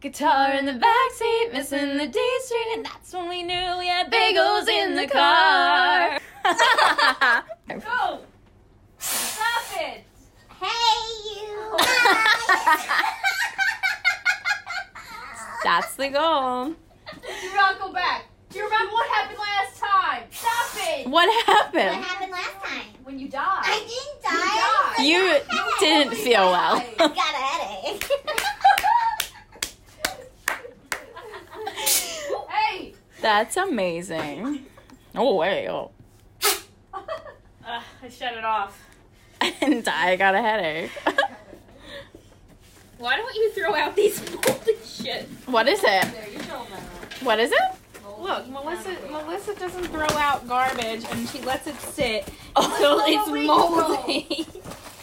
Guitar in the backseat, missing the D string, and that's when we knew we had bagels in the car. Go! Stop it! That's the goal. Do not go back. Do you remember what happened last time? Stop it! What What happened? happened last time? When you died. I didn't die. You didn't feel well. I got a headache. Hey! That's amazing. Oh wait, oh. Ugh, I shut it off. And I got a headache. Why don't you throw out these molded shit? what is it? There, you don't know. What is it? Look, Melissa Melissa doesn't throw out garbage and she lets it sit until Oh, it's moldy.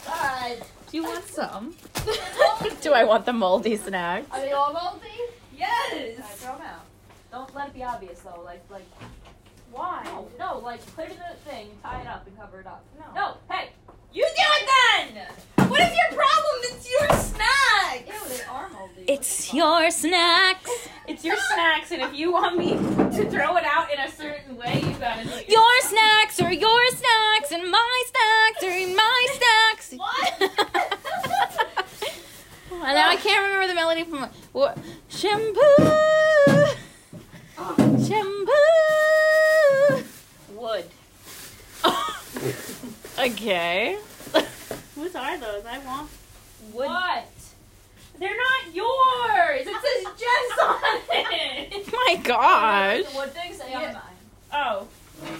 God. Do you want some? Do I want the moldy snack? Are they all moldy? I Yes. throw them out. Don't let it be obvious though. Like, like, why? No, like, put it in a thing, tie it up, and cover it up. No. No, hey! You do it then! What is your problem? It's your snack! Ew, they are moldy. It's your snacks. It's your snacks, and if you want me to throw it out in a certain way, you gotta do it. Your snacks are your snacks, and my snacks are my snacks. What? and now I can't remember the melody from what shampoo, shampoo. Wood. okay. Whose are those? I want wood. What? They're not yours! It says Jeff's on it! My gosh. The wood things they are Yeah. mine. Oh.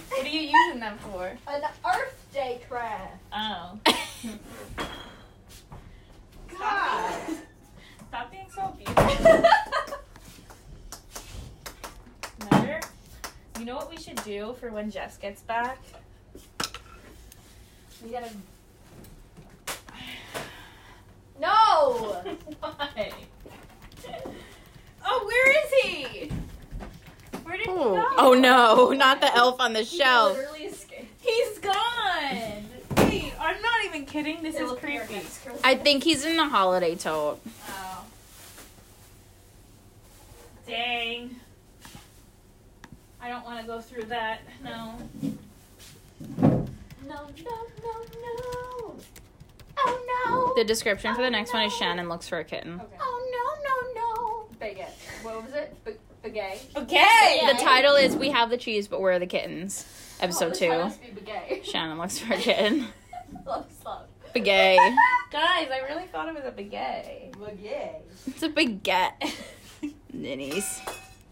What are you using them for? An Earth Day craft. Oh. God. Stop being so abusive. Remember? You know what we should do for when Jess gets back? we gotta. No. Why? Oh, where is he? Where did he go? Oh no, not the elf on the shelf. Literally escaped. He's gone! Wait, I'm not even kidding. This They is look weird creepy. next to us. I think he's in the holiday tote. Oh. Dang. I don't want to go through that. No. No, no, no, no. oh The description for the next one is Shannon looks for a kitten. Okay. Oh Baguette. What was it? B- baguette. Okay! The title is We Have the Cheese, but We're the Kittens. Episode Oh, this one 2. must be baguette. Shannon looks for a kitten. love, is love. Baguette. Guys, I really thought it was a baguette. Baguette. It's a baguette. Ninnies.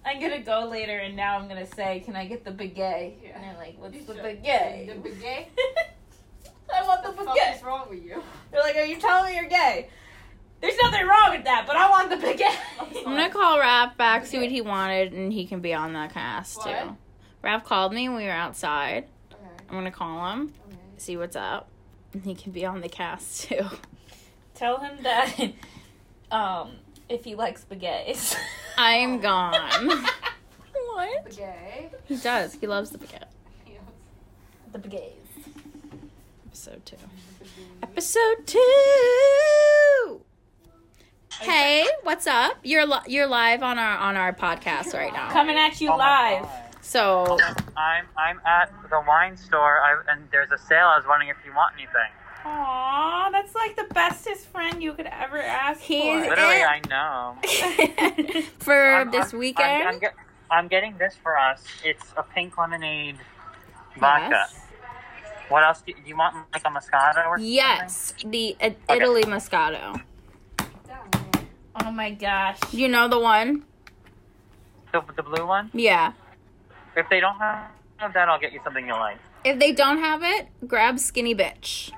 I'm gonna go later and now I'm gonna say, Can I get the baguette? Yeah. And they're like, What's You the should. The baguette? baguette. I want the What the fuck baguette. is wrong with you? They're like, Are you telling me you're gay? There's nothing wrong with that, but I want the That's baguette. I'm gonna call Raph back, see what he wanted, and he can be on that cast too. What? Raph called me when we were outside. Okay. I'm gonna call him, Okay. see what's up, and he can be on the cast too. Tell him that um if he likes baguettes. I'm gone. what? Baguette. He does. He loves the baguette. Yes. the baguettes. Episode two. Episode two. Hey, what's up? You're li- you're live on our on our podcast right now. Coming at you Oh my live. God. So I'm I'm at the wine store I, and there's a sale. I was wondering if you want anything. Aw, that's like the bestest friend you could ever ask He's- for. Literally, Eh. I know. for I'm- this I'm- weekend, I'm, I'm, get- I'm getting this for us. It's a pink lemonade vodka. Yes. What else do you, do you want? Like a Moscato or Yes, the uh, Italy Moscato. Down Oh my gosh. You know the one? something? The, the blue one. Yeah. If they don't have that, I'll get you something you like. If they don't have it, grab Skinny Bitch.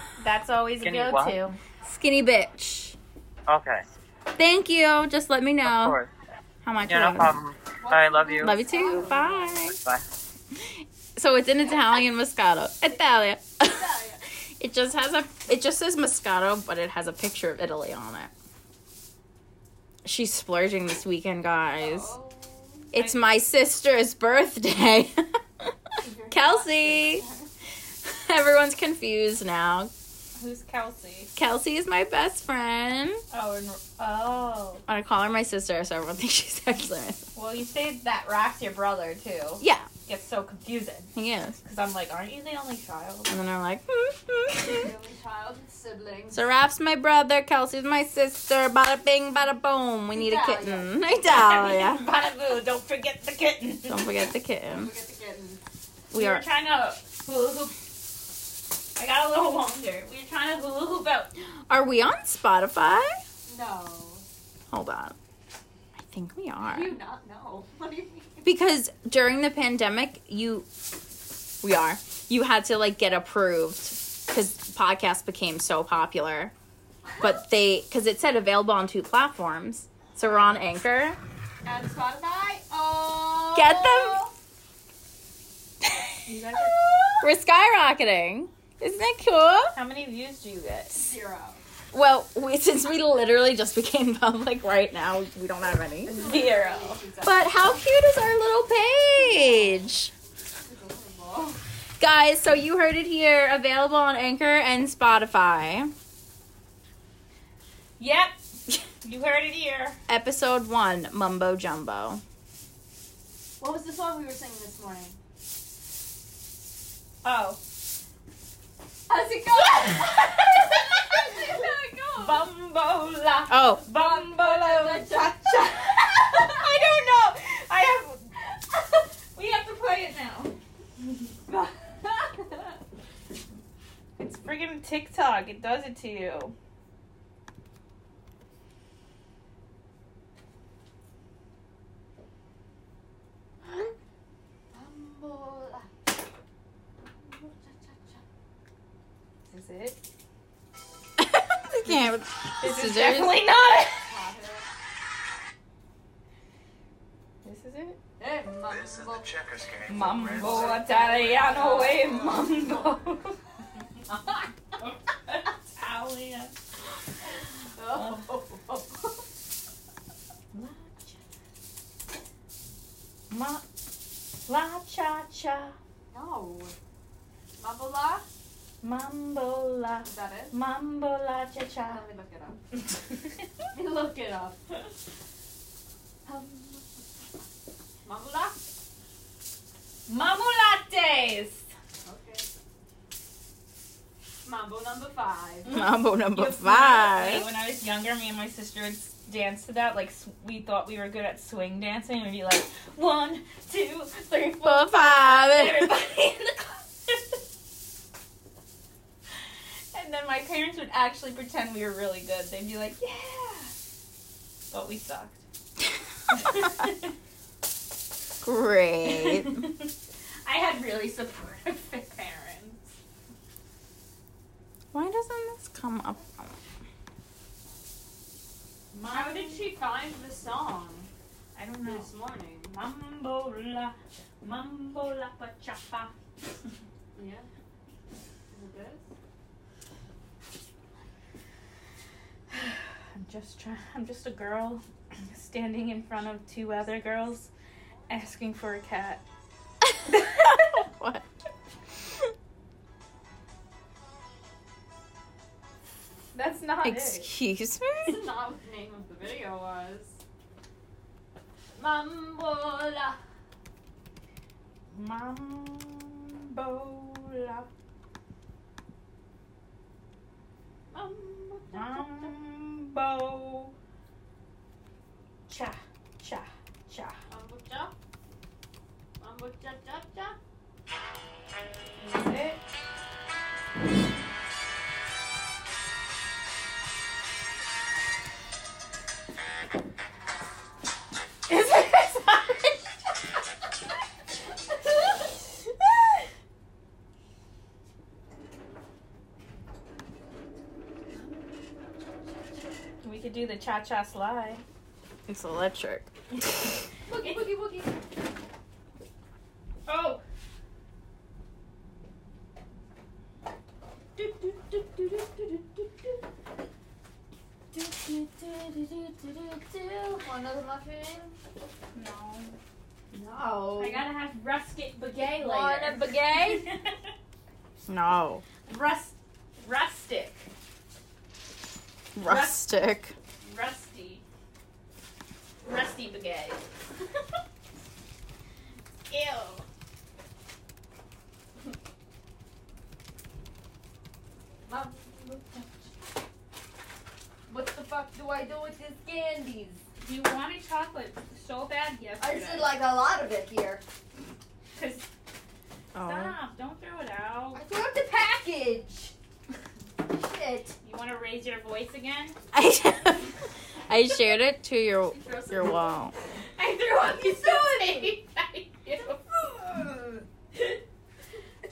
That's always a Skinny go what? to. Skinny Bitch. Okay. Thank you. Just let me Of know course. how much Yeah, it no is. problem. I love you. Love you too. Bye. Bye. So it's an Italian Moscato. Italia. it just has a. It just says Moscato, but it has a picture of Italy on it. She's splurging this weekend, guys. Oh, It's my sister's birthday. Kelsey. Everyone's confused now. Who's Kelsey? Kelsey is my best friend. Oh, and, oh. I call her my sister, so everyone thinks she's actually my sister. Well, you say that Rax, your brother, too. Yeah, Gets so confusing. he is. Because I'm like, aren't you the only child? And then I'm like, hmm, The only child, siblings. so Raph's my brother, Kelsey's my sister. Bada bing, bada boom. We need a Italia. kitten. Italia. Bada boo, don't forget the kitten. Oh, Don't forget the kitten. We get to get in. We were are. trying to hula hoop. I got a little longer. We were trying to hula hoop out. Are we on Spotify? No. Hold on. I think we are. Do you not know? What do you mean? Because during the pandemic, you, we are, you had to like get approved because podcasts became so popular. But they, because it said available on two platforms. So we're on Anchor. And Spotify? Oh. Get them. You guys We're skyrocketing. Isn't that cool? how many views do you get? Zero. Well, we, since we literally just became public right now, we don't have any. Zero. But how cute is our little page? Adorable. Guys, so you heard it here, available on Anchor and Spotify. Yep. You heard it here. Episode 1, Mumbo Jumbo. What was the song we were singing this morning? Oh. How's it going? Bumbola. Oh, Bumbola cha cha. I don't know. I have. We have to play it now. It's friggin' TikTok. It does it to you. Oh. Is it? I can't. This is Scissors. definitely not it. This is it? This is the checkers game. Mambo Italiano e Mambo. Italian. Ma- La cha cha. No. Mambula? Mambo la. Is that it? Mambo la cha cha. Let me look it up. Let me look it up. Mambula? Mamulates! Okay. Mambo number five. Mambo number You know, like, five. When I was younger, me and my sister would s- dance to that. Like s- we thought we were good at swing dancing. We'd be like one, two, three, four. Number five. Everybody in the class. and then my parents would actually pretend we were really good. They'd be like, yeah, but we sucked. Great. I had really supportive parents. Why doesn't this come up? How did she find the song I don't know. this morning? Mambo la, mambo la pachapa. Yeah. Is it this? I'm just trying. I'm just a girl standing in front of two other girls, asking for a cat. what? That's not it. Excuse me? This is not what the name of the video was. Mambola. Mambo la, Mambo. mambo. Cha cha cha. Mambo cha. Mambo cha cha cha. Is it? Is it? Sorry. We could do the cha cha slide. It's electric. Boogie, boogie, boogie. Oh! Want another muffin? No. No. I gotta have rusket baguette later. Want a baguette? No. Rust Rustic. Rustic. Rusty. Rusty baguette. Ew. Mom, what the fuck do I do with these candies? You wanted chocolate so bad I yesterday. said like a lot of it here. 'Cause- Oh. Stop! Don't throw it out. I threw up the package. Shit. You want to raise your voice again? I, I shared it to your Throw some- your wall. I threw up your facility.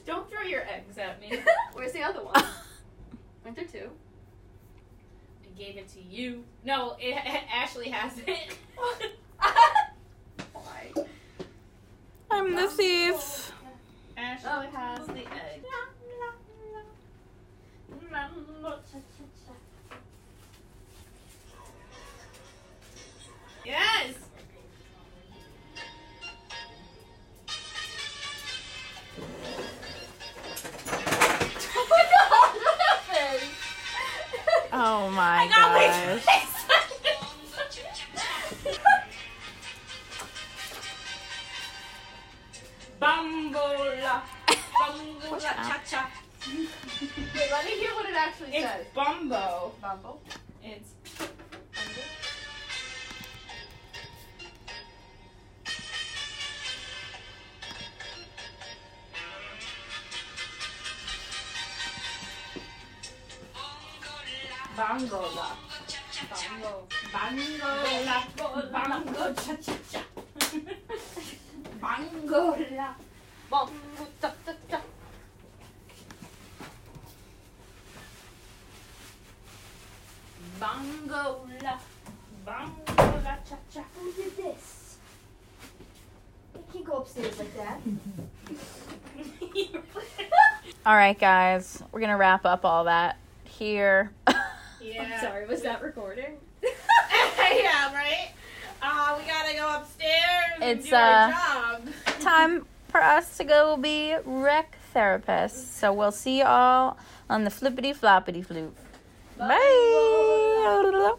Don't throw your eggs at me. Where's the other one? Aren't there two? I gave it to you. No, it, Ashley has it. Why? I'm the thief. Ashley Oh. has the egg. Yes. Oh my I gosh. Bambola, bambola, What's cha that? cha. Wait, let me hear what it actually says. It's bumbo. Bumble. It's bangola, Bumble. bangola, bango cha cha cha. Bangola. Bumble. Da, da, da. Bangola, bangola, cha cha. Who did this? You can't go upstairs like that. All right, guys, we're gonna wrap up all that here. yeah. was that recording? yeah, right. Uh, we gotta go upstairs. and It's, do our uh, job. Time for us to go be rec therapists. So we'll see you all on the flippity floppity flute. Bye.